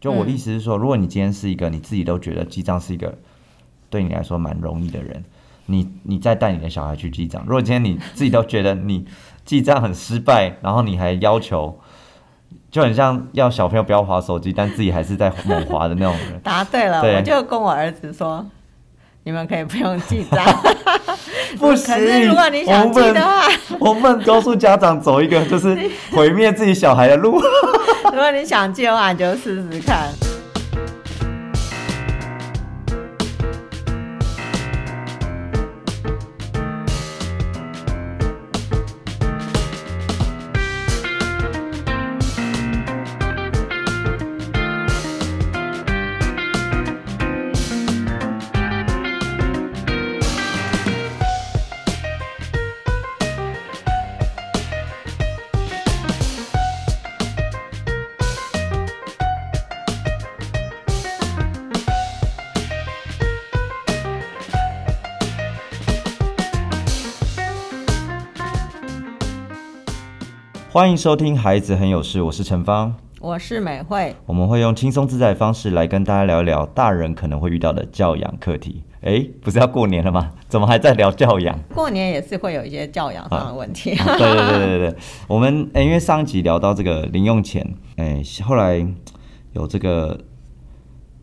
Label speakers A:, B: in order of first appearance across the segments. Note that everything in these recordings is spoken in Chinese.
A: 就
B: 嗯。
A: 我的意思是说，如果你今天是一个你自己都觉得记账是一个对你来说蛮容易的人，你你再带你的小孩去记账，如果今天你自己都觉得你记账很失败，然后你还要求，就很像要小朋友不要划手机，但自己还是在猛划的那种人
B: 答对了，
A: 对
B: 我就跟我儿子说，你们可以不用记账。
A: 不
B: 可是
A: 行，
B: 如果你
A: 我
B: 想
A: 们
B: 记
A: 不能
B: 的话，
A: 我们不能告诉家长走一个就是毁灭自己小孩的路。
B: 如果你想记的话，你就试试看。
A: 欢迎收听《孩子很有事》，我是陈芳。
B: 我是美惠，
A: 我们会用轻松自在的方式来跟大家聊一聊大人可能会遇到的教养课题。诶，不是要过年了吗？怎么还在聊教养？
B: 过年也是会有一些教养上的问题。
A: 对 对对对对，我们诶，因为上一集聊到这个零用钱，诶，后来有这个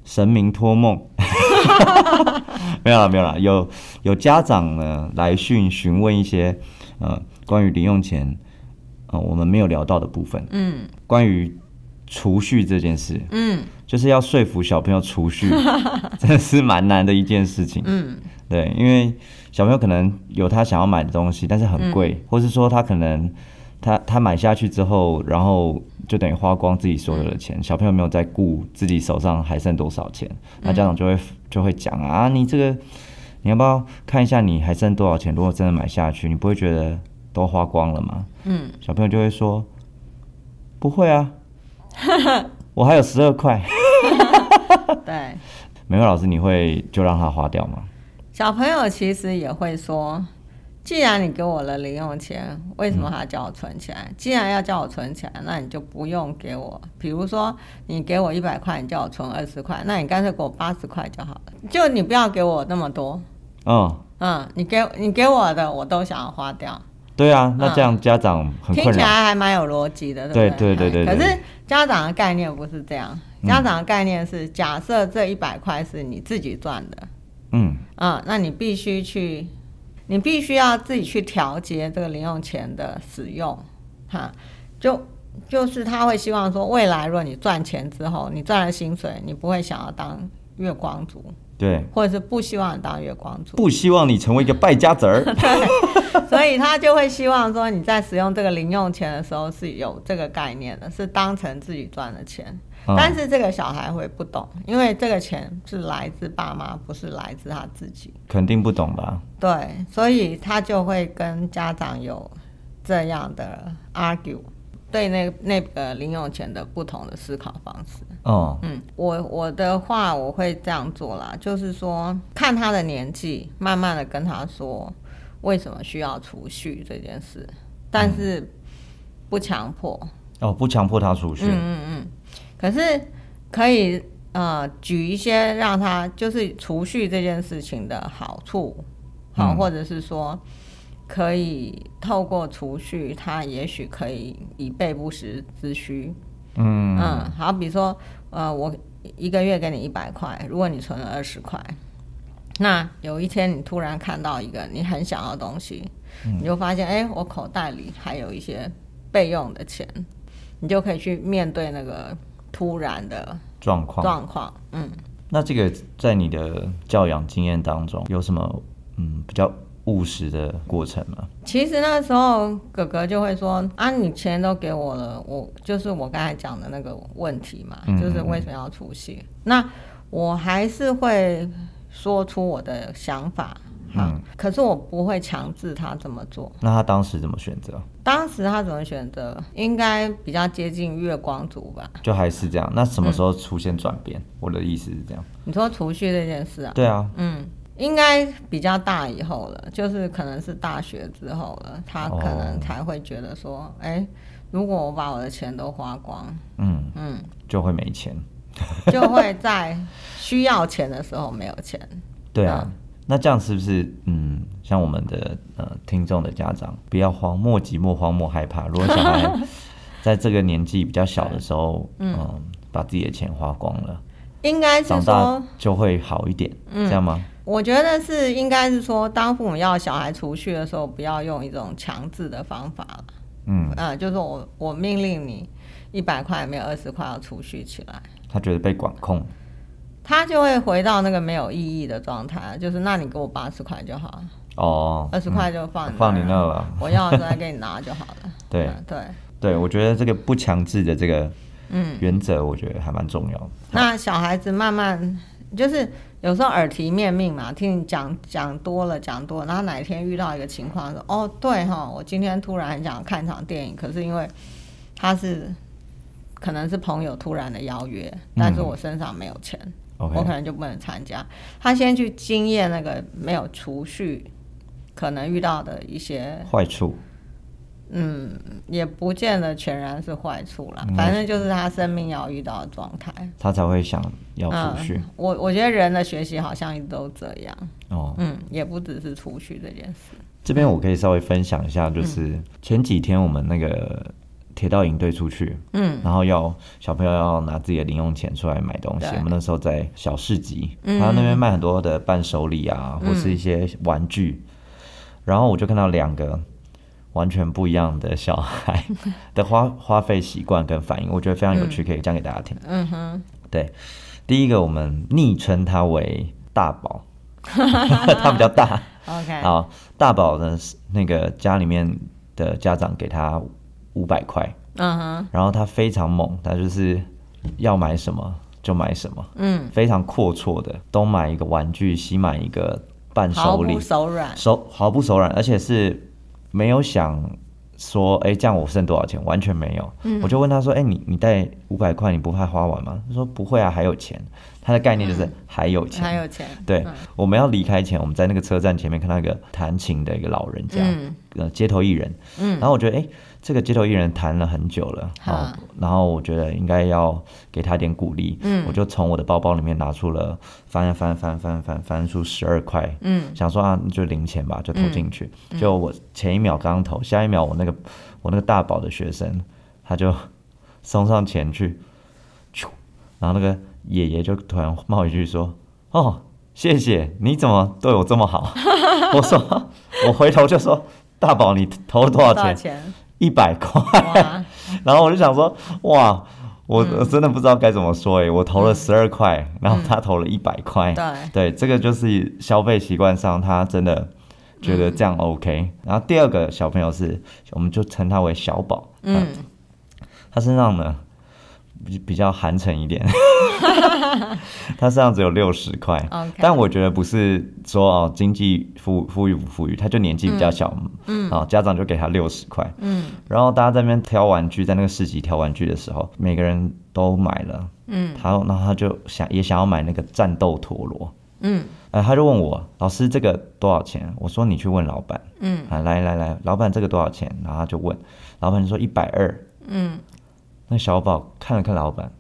A: 神明托梦， 没有啦没有啦，有有家长呢来讯询问一些呃关于零用钱，呃我们没有聊到的部分，
B: 嗯
A: 关于储蓄这件事，
B: 嗯
A: 就是要说服小朋友储 蓄，真的是蛮难的一件事情。
B: 嗯，
A: 对，因为小朋友可能有他想要买的东西，但是很贵，或是说他可能他他买下去之后，然后就等于花光自己所有的钱，小朋友没有在顾自己手上还剩多少钱，那家长就会就会讲啊，你这个你要不要看一下你还剩多少钱？如果真的买下去，你不会觉得都花光了吗？
B: 嗯，
A: 小朋友就会说不会啊，我还有十二块。
B: 对，
A: 美惠老师，你会就让他花掉吗？
B: 小朋友其实也会说，既然你给我了零用钱，为什么还要叫我存起来？既然要叫我存起来，那你就不用给我。比如说，你给我一百块，你叫我存二十块，那你干脆给我八十块就好了。就你不要给我那么多，
A: 嗯，
B: 嗯，你给你给我的我都想要花掉，
A: 对啊，那
B: 嗯
A: 这样家长很
B: 听
A: 困
B: 起
A: 扰。
B: 来还蛮有逻辑的，对不
A: 对
B: 对
A: 对对对嗯
B: 可
A: 对
B: 是家长的概念不是这样，家长的概念是假设这一百块是你自己赚的，
A: 嗯
B: 嗯，那你必须去，你必须要自己去调节这个零用钱的使用，哈，就就是他会希望说，未来如果你赚钱之后，你赚了薪水，你不会想要当月光族，，
A: 对，
B: 或者是不希望你当月光族，
A: 不希望你成为一个败家子儿。
B: 对，所以他就会希望说你在使用这个零用钱的时候是有这个概念的，是当成自己赚的钱。
A: 嗯
B: 但是这个小孩会不懂，因为这个钱是来自爸妈，不是来自他自己。
A: 肯定不懂吧？
B: 对，所以他就会跟家长有这样的 argue，对那那个零用钱的不同的思考方式。
A: 哦，
B: 嗯，我我的话我会这样做啦，就是说看他的年纪，慢慢的跟他说为什么需要储蓄这件事，但是不强迫。
A: 哦，不强迫他储蓄。
B: 嗯嗯嗯，可是可以呃举一些让他就是储蓄这件事情的好处，好、
A: 嗯
B: 或者是说可以透过储蓄，他也许可以以备不时之需。
A: 嗯
B: 嗯，好，比如说，呃，我一个月给你一百块，如果你存了二十块，那有一天你突然看到一个你很想要的东西，
A: 嗯
B: 你就发现，哎、我口袋里还有一些备用的钱，你就可以去面对那个突然的
A: 状况。
B: 状况。嗯，
A: 那这个在你的教养经验当中有什么嗯比较务实的过程吗？
B: 其实那时候哥哥就会说啊，你钱都给我了，我就是我刚才讲的那个问题嘛，
A: 嗯
B: 就是为什么要出席？那我还是会说出我的想法，哈、
A: 嗯
B: 可是我不会强制他这么做。
A: 那他当时怎么选择？
B: 当时他怎么选择，应该比较接近月光族吧？
A: 就还是这样？那
B: 嗯
A: 什么时候出现转变？我的意思是这样。
B: 你说储蓄这件事啊，
A: 对啊，
B: 嗯，应该比较大以后了，就是可能是大学之后了，他可能
A: 哦
B: 才会觉得说，哎、如果我把我的钱都花光，
A: 嗯，
B: 嗯，
A: 就会没钱。
B: 就会在需要钱的时候没有钱。
A: 对啊，那这样是不是嗯，像我们的呃听众的家长，不要慌，莫急莫慌莫害怕。如果小 孩在这个年纪比较小的时候，嗯、把自己的钱花光了，
B: 应该是
A: 长大
B: 说，嗯
A: 就会好一点，这样吗？
B: 我觉得是应该是说，当父母要小孩储蓄的时候，不要用一种强制的方法了。
A: 嗯，
B: 呃，就是我我命令你一百块里面二十块要储蓄起来，
A: 他觉得被管控，
B: 他就会回到那个没有意义的状态，就是那你给我八十块就好了，
A: 哦，
B: 二十块就放你、
A: 放你那，了。
B: 我要的时候再给你拿就好了。
A: 对
B: 嗯对，
A: 对，我觉得这个不强制的这个
B: 嗯
A: 原则，我觉得还蛮重要的。
B: 那小孩子慢慢就是有时候耳提面命嘛，听你讲讲多了讲多了，然后哪一天遇到一个情况说，哦对哈，我今天突然很想看场电影，可是因为他是可能是朋友突然的邀约，但是我身上没有钱，我可
A: OK，
B: 能就不能参加。他先去经验那个没有储蓄可能遇到的一些
A: 坏处，
B: 嗯，也不见得全然是坏处啦，
A: 嗯
B: 反正就是他生命要遇到的状态。
A: 他才会想要储蓄
B: 嗯。、我我觉得人的学习好像一直都这样，
A: 哦，
B: 嗯，也不只是储蓄这件事。
A: 这边我可以稍微分享一下，就是前几天我们那个铁道营队出去，
B: 嗯，
A: 然后要小朋友要拿自己的零用钱出来买东西。
B: 对
A: 我们那时候在小市集，
B: 嗯
A: 他那边卖很多的伴手礼啊，或是一些玩具。然后我就看到两个完全不一样的小孩的花花费习惯跟反应，我觉得非常有趣，可以讲给大家听。嗯哼，对，第一个我们昵称他为大宝， 他比较大。
B: OK，
A: 好，大宝呢是那个家里面的家长给他五百块，
B: 嗯哼，
A: 然后他非常猛，他就是要买什么就买什么，
B: 嗯，
A: 非常阔绰的，东买一个玩具，西买一个伴
B: 毫
A: 手礼
B: 不，手软，
A: 手毫不手软，而且是没有想说，哎、这样我剩多少钱？完全没有。
B: 嗯
A: 我就问他说，哎、你你带五百块，你不怕花完吗？他说不会啊，还有钱。他的概念
B: 嗯
A: 就是还有钱，
B: 还有钱，
A: 对，我们要离开前，我们在那个车站前面看到一个弹琴的一个老人家，
B: 嗯
A: 呃，街头艺人。嗯，然后我觉得，哎、这个街头艺人弹了很久了，
B: 哈
A: 好，然后我觉得应该要给他点鼓励。嗯，我就从我的包包里面拿出了翻翻翻翻翻翻出十二块，
B: 嗯，
A: 想说啊，就零钱吧，就投进去。就我前一秒刚投，下一秒我那个我那个大宝的学生他就送上前去，咻然后那个爷爷就突然冒一句说：“哦，谢谢，你怎么对我这么好？” 我说，我回头就说：“大宝，你投了多少
B: 多少
A: 钱？
B: 钱？
A: 一百块。”
B: 哇，
A: 然后我就想说，哇，我
B: 嗯
A: 我真的不知道该怎么说诶、欸我投了十二块，然后
B: 嗯
A: 他投了一百块， 对，
B: 对
A: 这个就是消费习惯上，他真的觉得这样 OK。然后第二个小朋友是，我们就称他为小宝，
B: 嗯，
A: 他身上呢比比较寒碜一点， 他身上只有六十块
B: OK
A: 但我觉得不是说哦经济富富裕不富裕，他就年纪比较小，嗯，啊、家长就给他六十块，嗯，然后大家在那边挑玩具，在那个市集挑玩具的时候，每个人都买了，嗯，他然后他就想也想要买那个战斗陀螺，
B: 嗯，
A: 呃，他就问我老师这个多少钱？我说你去问老板，
B: 嗯，
A: 啊，来来来，老板这个多少钱？然后他就问，老板就说一百二，
B: 嗯，
A: 那小宝看了看老板，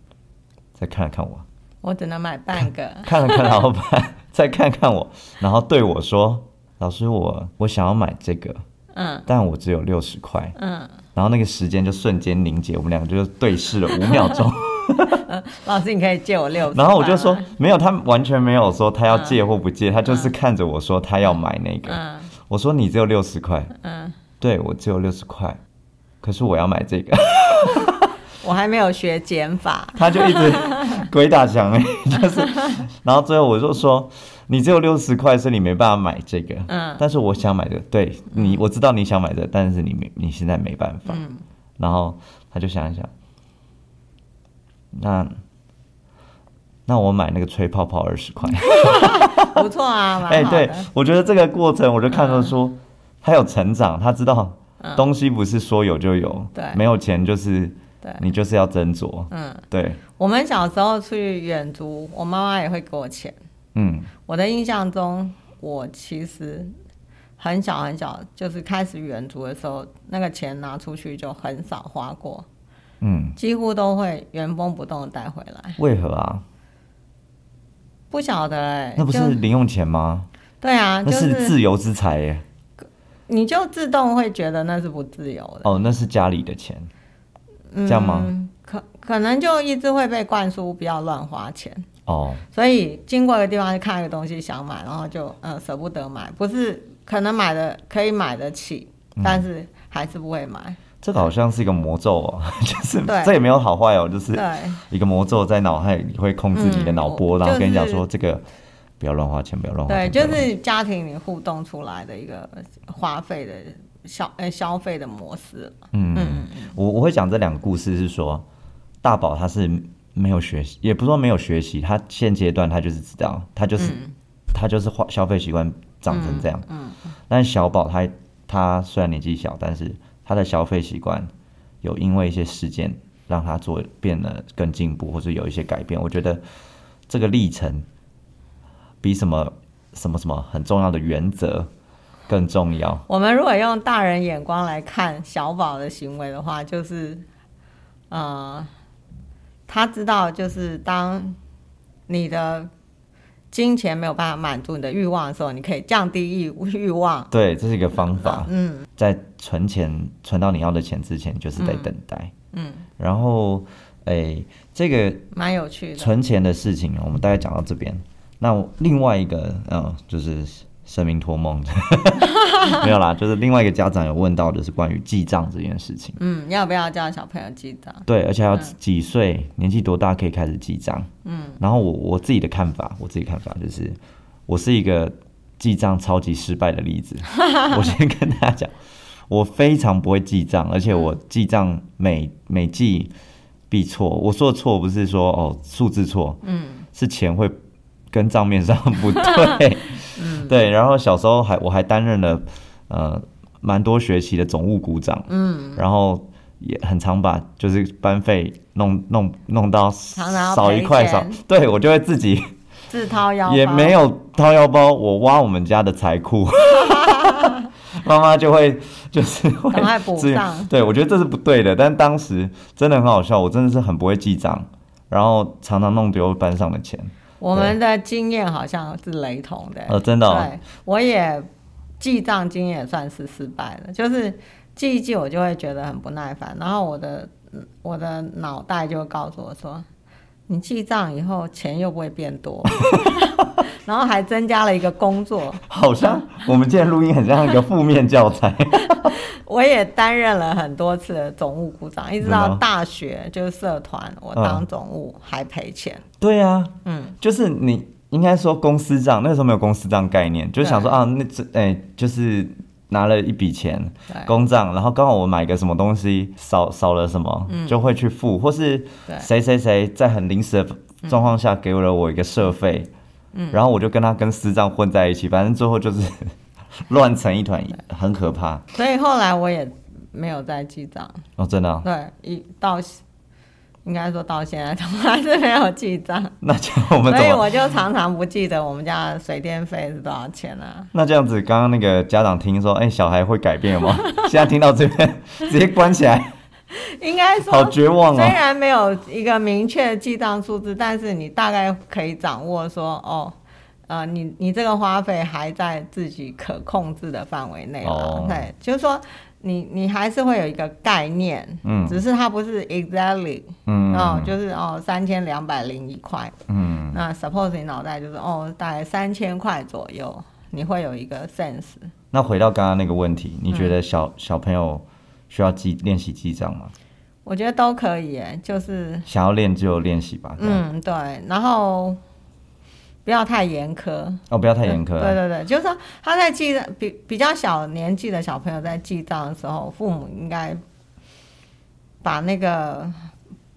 A: 再看了看我，
B: 我只能买 半个，
A: 看了看老 板，再看看我，然后对我说：“老师我，我想要买这个，
B: 嗯
A: 但我只有六十块。
B: 嗯，”
A: 然后那个时间就瞬间凝结，我们两个就对视了五秒 钟。
B: 老师你可以借我六十，
A: 然后我就说：“没有，他完全没有说他要借或不借，他就是看着我说他要买那个。
B: 嗯
A: 我说：“你只有六十块，
B: 嗯，
A: 对我只有六十块，可是我要买这个。”
B: 我还没有学减法，
A: 他就一 直鬼打墙哎， 就是，然后最后我就说，你只有六十块，所以你没办法买这个。
B: 嗯
A: 但是我想买这个，对你，我知道你想买这个，但是你没，你现在没办法。
B: 嗯
A: 然后他就想一想，那那我买那个吹泡泡二十块。
B: 不错啊，
A: 哎、
B: 蛮好
A: 对
B: 的，，
A: 我觉得这个过程，我就看得出、他有成长，他知道
B: 嗯
A: 东西不是说有就有，
B: 对
A: 没有钱就是
B: 对
A: 你就是要斟酌，
B: 嗯，
A: 对，
B: 我们小时候去远足，我妈妈也会给我钱。
A: 嗯，
B: 我的印象中，我其实很小很小，就是开始远足的时候，那个钱拿出去就很少花过。
A: 嗯，
B: 几乎都会原封不动地带回来。
A: 为何啊？
B: 不晓得哎、
A: 那不
B: 就是
A: 零用钱吗？
B: 对啊，就
A: 那是自由之财耶。
B: 你就自动会觉得那是不自由的，
A: 哦，那是家里的钱，这样吗？
B: 嗯、可可能就一直会被灌输不要乱花钱，
A: 哦，
B: 所以经过一个地方就看一个东西想买，然后就呃舍不得买，不是可能买的可以买得起，
A: 嗯
B: 但是还是不会买。
A: 这个好像是一个魔咒哦， 就是
B: 对
A: 这也没有好坏哦，就是
B: 对
A: 一个魔咒在脑海里会控制你的脑波，
B: 嗯
A: 然后跟你讲
B: 就是
A: 说这个不要乱花钱，不要乱花
B: 对，
A: 钱。
B: 就
A: 不要乱
B: 是家庭里互动出来的一个花费的消呃消费的模式。
A: 嗯，我我会讲这两个故事是说，大宝他是没有学习，也不是说没有学习，他现阶段他就是知道，他就是、他就是花消费习惯长成这样。
B: 嗯
A: 但小宝他他虽然年纪小，但是他的消费习惯有因为一些事件让他做变得更进步，或者有一些改变。我觉得这个历程比什么什么什么很重要的原则更重要。
B: 我们如果用大人眼光来看小宝的行为的话，就是，呃，他知道，就是当你的金钱没有办法满足你的欲望的时候，你可以降低欲欲望。
A: 对，这是一个方法。
B: 嗯
A: 在存钱存到你要的钱之前，就是在等待。
B: 嗯，
A: 然后，诶，这个
B: 蛮有趣的。
A: 存钱的事情，我们大概讲到这边。那我另外一个，嗯，就是神明托 梦，没有啦，就是另外一个家长有问到，就是关于记账这件事情。
B: 嗯，要不要叫小朋友记账？
A: 对，而且
B: 嗯
A: 要几岁、年纪多大可以开始记账？嗯，然后我我自己的看法，我自己看法就是，我是一个记账超级失败的例 子。我先跟大家讲，我非常不会记账，而且我记账每每记必错。我说的错不是说哦数字错，
B: 嗯，
A: 是钱会跟账面上不 对。
B: 嗯
A: 对，然后小时候还我还担任了呃蛮多学期的总务股长，嗯，然后也很常把就是班费弄弄弄到
B: 常常要
A: 少一
B: 赔
A: 块
B: 钱
A: 少，对我就会自己
B: 自掏腰包
A: 也没有掏腰包，我挖我们家的财 库。妈妈就会就是会
B: 赶快补
A: 支援
B: 上
A: 对我觉得这是不对的，但当时真的很好笑，我真的是很不会记账，然后常常弄丢班上的钱。
B: 我们的经验好像是雷同的、
A: 哦真的哦
B: 对，我也记账经验也算是失败的，就是记一记我就会觉得很不耐烦，然后我的嗯我的脑袋就会告诉我说，你记账以后钱又不会变 多，然后还增加了一个工作，
A: 好像我们今天录音很像一个负面教材。
B: 我也担任了很多次的总务股长，一直
A: 真的
B: 到
A: 哦
B: 大学就是社团，我
A: 嗯
B: 当总务还赔钱，
A: 对啊，
B: 嗯，
A: 就是你应该说公司账，那个时候没有公司账概念，就是想说啊，那这哎、就是拿了一笔钱
B: 对
A: 公账，然后刚好我买个什么东西少少了什么，就会去付，或是
B: 嗯对
A: 谁谁谁在很临时的状况下给了我一个社费，
B: 嗯
A: 然后我就跟他跟私账混在一起，反正最后就是 乱成一团，很可怕
B: 所以后来我也没有再记账。
A: 哦，真的啊、
B: 对，一到应该说到现在， 他们还是没有记账，
A: 那这样我们
B: 所
A: 怎
B: 以
A: 么？
B: 我就常常不记得我们家的水电费是多少钱啊。
A: 那这样子，刚刚那个家长听说，哎、小孩会改变吗？ 现在听到这边，直接关起来，
B: 应该
A: 好
B: 说，
A: 绝望
B: 虽
A: 哦。
B: 然没有一个明确的记账数字，但是你大概可以掌握说，哦。呃，你你这个花费还在自己可控制的范围内了，
A: 哦
B: 对，就是说你你还是会有一个概念，
A: 嗯
B: 只是它不是 exactly，
A: 嗯
B: 哦，就是哦三千两百零一块，
A: 嗯，
B: 那 suppose 你脑袋就是哦，大概三千块左右，你会有一个 sense。
A: 那回到刚刚那个问题，你
B: 嗯
A: 觉得小、小朋友需要记练习记账吗？
B: 我觉得都可以耶，就是
A: 想要练就练习吧。嗯，
B: 嗯对，然后不要太严苛，
A: 哦，不要太严苛、
B: 对对对，就是说他在记账比比较小年纪的小朋友在记账的时候，父母应该把那个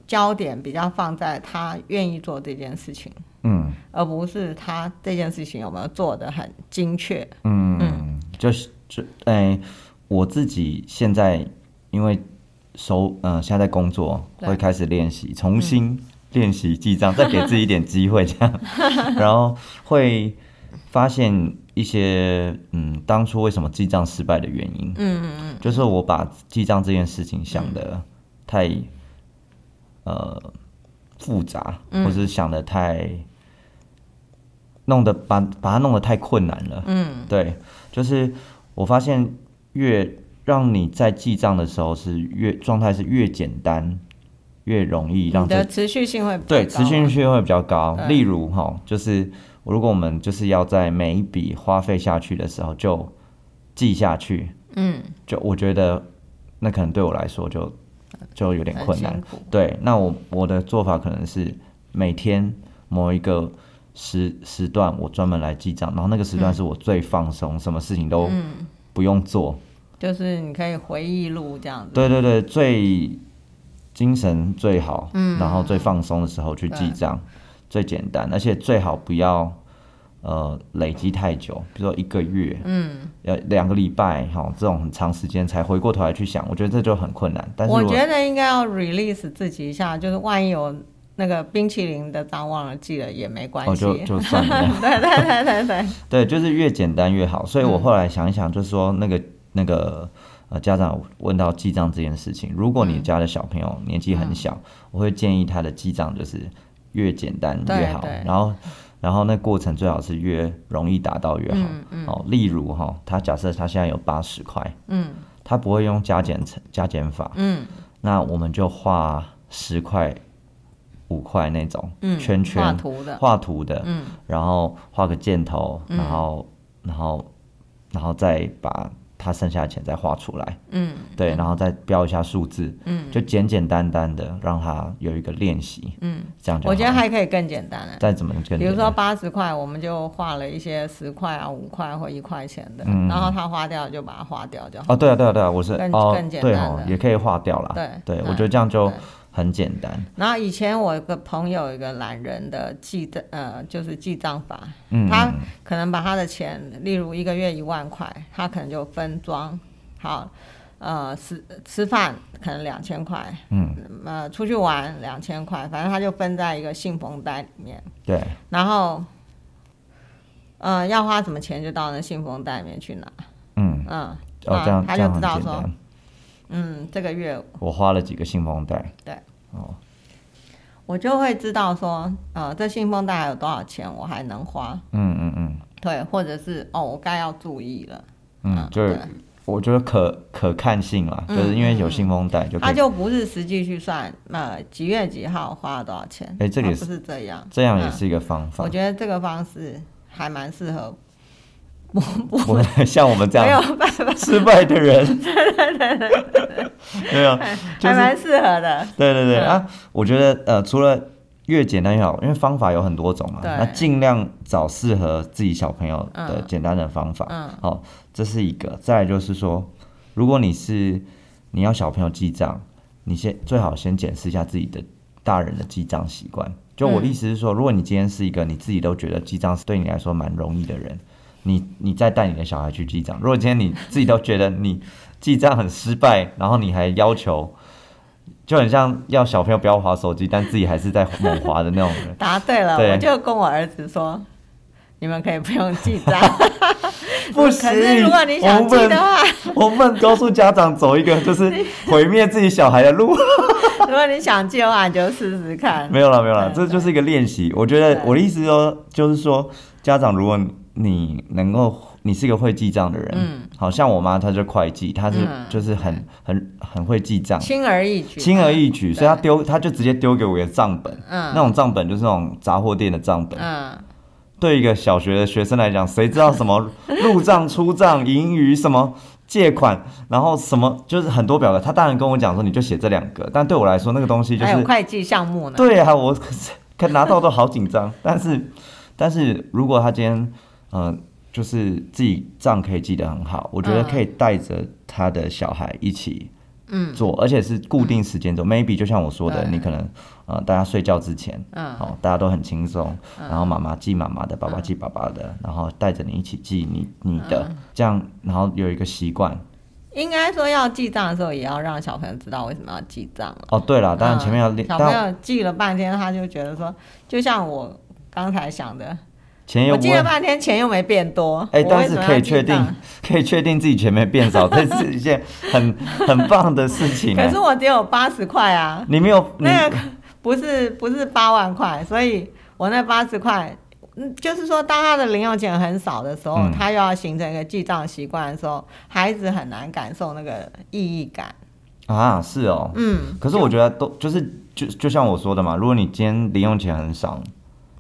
B: 焦点比较放在他愿意做这件事情，
A: 嗯
B: 而不是他这件事情有没有做得很精确。
A: 嗯就是就哎、我自己现在因为手嗯、现在在工作，
B: 对嗯
A: 会开始练习，重新练习记账，再给自己一点机会这 样，然后会发现一些嗯，当初为什么记账失败的原因。
B: 嗯嗯嗯，嗯
A: 就是我把记账这件事情想的太呃复杂，
B: 嗯
A: 或是想的太弄得把把它弄得太困难了。
B: 嗯，
A: 对，就是我发现越让你在记账的时候是越状态是越简单，越容易让
B: 你
A: 这
B: 的持续性会比较
A: 对，
B: 高
A: 持续性会比较高。
B: 对
A: 例如哈，就是如果我们就是要在每一笔花费下去的时候就记下去，
B: 嗯，
A: 就我觉得那可能对我来说就就有点
B: 很
A: 困
B: 辛
A: 难。
B: 苦
A: 对，那我我的做法可能是每天某一个时时段我专门来记账，然后那个时
B: 嗯
A: 段是我最放松，什么事情都不用做。
B: 就是你可以回忆录这样子。
A: 对对对，最精神最好，
B: 嗯
A: 然后最放松的时候去记账，最简单，而且最好不要呃累积太久，比如说一个月，嗯，要两个礼拜，哈、这种很长时间才回过头来去想，我觉得这就很困难。但是
B: 我
A: 如果
B: 觉得应该要 release 自己一下，就是万一有那个冰淇淋的账忘了记了也没关
A: 哦，
B: 系。
A: 就就算了，
B: 对对对对对，
A: 对，就是越简单越好。所以我
B: 嗯
A: 后来想一想，就是说那个那个呃，家长问到记账这件事情，如果你
B: 嗯
A: 家的小朋友年纪很小，我会建议他的记账就是越简单越好，
B: 对对
A: 然后然后那过程最好是越容易达到越好。哦，例如哈、他假设他现在有八十块，
B: 嗯
A: 他不会用加减乘加减法，
B: 嗯
A: 那我们就画十块、五块那种
B: 嗯，
A: 圈圈，
B: 画图的，
A: 画图的，
B: 嗯
A: 然后画个箭头，然后、然后然后再把它剩下的钱再画出来，
B: 嗯
A: 对，然后再标一下数字，
B: 嗯
A: 就简简单单的让它有一个练习，
B: 嗯，
A: 这样就好
B: 我觉得还可以更简单啊。
A: 再怎么跟
B: 比如说八十块，我们就画了一些十块啊、五块或一块钱的，
A: 嗯
B: 然后他花掉就把它花掉就好。
A: 哦，对啊对啊对啊，我是
B: 更
A: 哦
B: 更简单
A: 对
B: 的
A: 哦，也可以画掉啦，
B: 对
A: 对
B: 嗯
A: 我觉得这样就
B: 对
A: 很简单，
B: 然后以前我有个朋友有一个懒人的记账，呃，就是记账法，
A: 嗯，
B: 他可能把他的钱，例如一个月一万块，他可能就分装好，呃，吃吃饭可能两千块，
A: 嗯，
B: 呃，出去玩两千块，反正他就分在一个信封袋里面，
A: 对，
B: 然后，呃，要花什么钱就到那信封袋里面去拿，
A: 嗯，
B: 嗯，
A: 哦
B: 那
A: 这样
B: 他
A: 这
B: 就
A: 样
B: 知
A: 很
B: 道
A: 简
B: 说，
A: 单，
B: 嗯，这个月
A: 我花了几个信封袋，
B: 对，
A: 哦，
B: 我就会知道说，呃，这信封袋还有多少钱我还能花，
A: 嗯嗯嗯。
B: 对，或者是哦，我该要注意了，
A: 嗯，就是
B: 对
A: 我觉得可可看性啦，
B: 嗯
A: 就是因为有信封袋就可
B: 他
A: 以，
B: 就不是实际去算，呃，几月几号花了多少钱？
A: 哎这个也
B: 它
A: 是
B: 不是这样，
A: 这样也
B: 嗯
A: 是一个方法
B: 我，觉得这个方式还蛮适合
A: 不 会像我们这
B: 没有
A: 样
B: 办法，
A: 失败的 人，没有，就是
B: 还蛮适合的。
A: 对对对
B: 嗯
A: 啊，我觉得呃，除了越简单越好，因为方法有很多种嘛，
B: 对
A: 那尽量找适合自己小朋友的
B: 嗯
A: 简单的方法，
B: 嗯
A: 好、这是一个。再来就是说，如果你是你要小朋友记账，你先最好先检视一下自己的大人的记账习惯。就我
B: 嗯。
A: 意思是说，如果你今天是一个你自己都觉得记账是对你来说蛮容易的人，你你再带你的小孩去记账，如果今天你自己都觉得你记账很失败，然后你还要求。就很像要小朋友不要划手机，但自己还是在猛划的那种人
B: 答对了，
A: 对
B: 我就跟我儿子说，你们可以不用记账。
A: 不行
B: 可是如果你想记的话，
A: 我们告诉家长走一个就是毁灭自己小孩的路。
B: 如果你想记的话，你就试试看。
A: 没有了，没有了，
B: 对
A: 这就是一个练习。我觉得
B: 对
A: 我的意思说，就是说，家长如果你能够，你是一个会记账的人，
B: 嗯，
A: 好像我妈她就会计，她是
B: 嗯
A: 就是很很很会记账，
B: 轻而易
A: 嗯
B: 举，
A: 轻而易举，
B: 对
A: 所以她丢，她就直接丢给我一个账本，
B: 嗯
A: 那种账本就是那种杂货店的账本，
B: 嗯，
A: 对一个小学的学生来讲，谁知道什 么入账、出账、盈余什么？借款，然后什么就是很多表格，他当然跟我讲说你就写这两个，但对我来说那个东西就
B: 还
A: 是
B: 有会计项目呢。
A: 对啊，我可是可拿到都好紧张， 但是但是如果他今天嗯、呃就是自己账可以记得很好，我觉得
B: 嗯
A: 可以带着他的小孩一起
B: 嗯
A: 做，而且是固定时间做。Maybe 就像我说的，
B: 对
A: 你可能呃大家睡觉之前，
B: 嗯
A: 好、大家都很轻松，然后妈妈记妈妈的，爸爸记爸爸的，然后带着你一起记你你的，
B: 嗯
A: 这样然后有一个习惯。
B: 应该说要记账的时候，也要让小朋友知道为什么要记账。
A: 哦，对了，当然前面要
B: 嗯
A: 练，
B: 小
A: 当
B: 朋
A: 然
B: 友记了半天，他就觉得说，就像我刚才想的，
A: 钱又
B: 我
A: 不
B: 记
A: 会
B: 了半天钱又没变多，
A: 哎、
B: 我为
A: 但
B: 什
A: 是
B: 么
A: 可
B: 要
A: 以
B: 记
A: 确定
B: 账，
A: 可以确定自己钱没变少，这是一件很很棒的事情、
B: 可
A: 哎
B: 是我只有八十块啊，
A: 你没有，你
B: 那个不是不是八万块，所以我那八十块，嗯，就是说当他的零用钱很少的时候，
A: 嗯
B: 他又要形成一个记账习惯的时候，孩子很难感受那个意义感。
A: 啊，是哦。
B: 嗯，
A: 可是我觉得都就是就就像我说的嘛，如果你今天零用钱很少，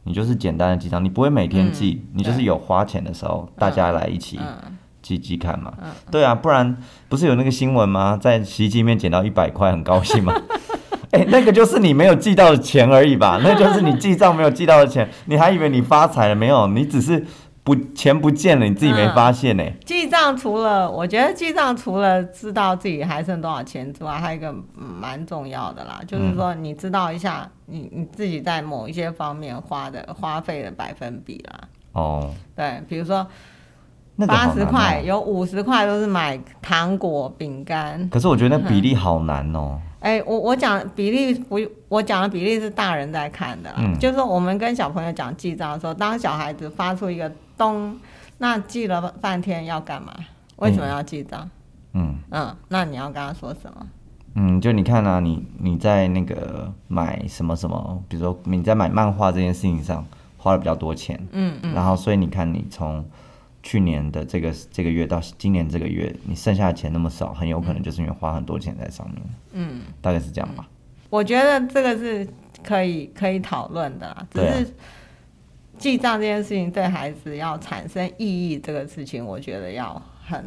A: 你就是简单的记账，你不会每天记，你就是有花钱的时候，大家来一起
B: 嗯
A: 记记看嘛。对啊，不然不是有那个新闻吗？在洗衣机里面捡到一百块，很高兴吗？ 哎、那个就是你没有记到的钱而已 吧？那就是你记账没有记到的钱，你还以为你发财了没有？你只是不钱不见了，你自己
B: 嗯
A: 没发现呢、
B: 记账除了我觉得记账除了知道自己还剩多少钱之外，还有一个嗯蛮重要的
A: 嗯
B: 啦，就是说你知道一下你你自己在某一些方面花的花费的百分比啦。
A: 哦，
B: 对，比如说
A: 那个
B: 八
A: 好
B: 十
A: 难哦
B: 块，有五十块都是买糖果、饼干。
A: 可是我觉得那比例好难哦。
B: 哎、我我讲比例不，我讲的比例是大人在看的啦，
A: 嗯
B: 就是说我们跟小朋友讲记账的时候，当小孩子发出一个咚，那记了半天要干嘛？为什么要记账？
A: 嗯
B: 嗯，那你要跟他说什么？
A: 嗯，就你看啊，你你在那个买什么什么，比如说你在买漫画这件事情上花了比较多钱，
B: 嗯嗯
A: 然后所以你看你从去年的这个这个月到今年这个月，你剩下的钱那么少，很有可能就是因为花很多钱在上面，
B: 嗯，
A: 大概是这样吧。
B: 我觉得这个是可以可以讨论的啦，只
A: 对啊
B: 是记账这件事情对孩子要产生意义这个事情，我觉得要很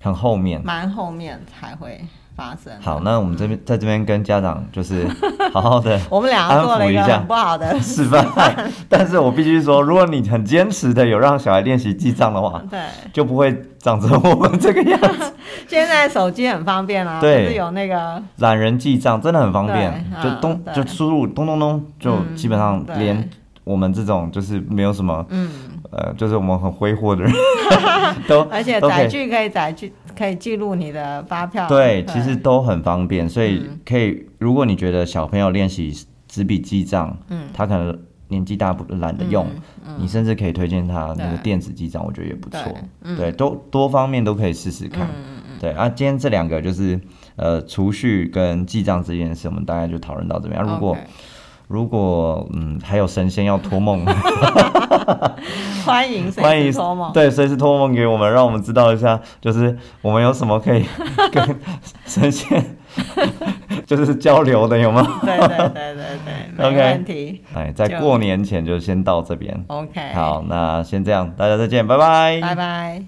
A: 很后面。
B: 蛮后面才会发生。
A: 好，那我们这边在这边跟家长就是 好好的
B: 我们两个做了一个
A: 安抚一下，
B: 很不好的
A: 示范， 但是我必须说，如果你很坚持的有让小孩练习记账的话，
B: 对。
A: 就不会长成我们这个样子。
B: 现在手机很方便啊，
A: 对
B: 不是有那个
A: 懒人记账真的很方便，
B: 对
A: 就
B: 嗯
A: 咚、
B: 对
A: 就输入咚咚咚，就
B: 嗯
A: 基本上
B: 对
A: 连我们这种就是没有什么
B: 嗯，
A: 呃，就是我们很挥霍 的人都
B: 而且
A: 都可
B: 载
A: 以
B: 具可以载具可以记录你的发票。
A: 对，其实都很方便，所以
B: 嗯
A: 可以、如果你觉得小朋友练习纸笔记账，
B: 嗯，
A: 他可能年纪大不懒得用，你甚至可以推荐他那个
B: 对
A: 电子记账，我觉得也不错
B: 对，嗯
A: 对，都多方面都可以试试看。对啊，今天这两个就是呃，储蓄跟记账这件事，我们大概就讨论到这边。啊如果
B: OK
A: 如果嗯还有神仙要托梦，
B: 欢迎
A: 欢
B: 随
A: 迎
B: 时托 梦，
A: 对随时托梦给我们，让我们知道一下，就是我们有什么可以 跟神仙 就是交流的，有吗？
B: 对对对对对，没
A: OK
B: 问题。
A: 哎，在
B: 就
A: 过年前就先到这边。
B: OK，，
A: 好，那先这样，大家再见，拜拜。
B: 拜拜。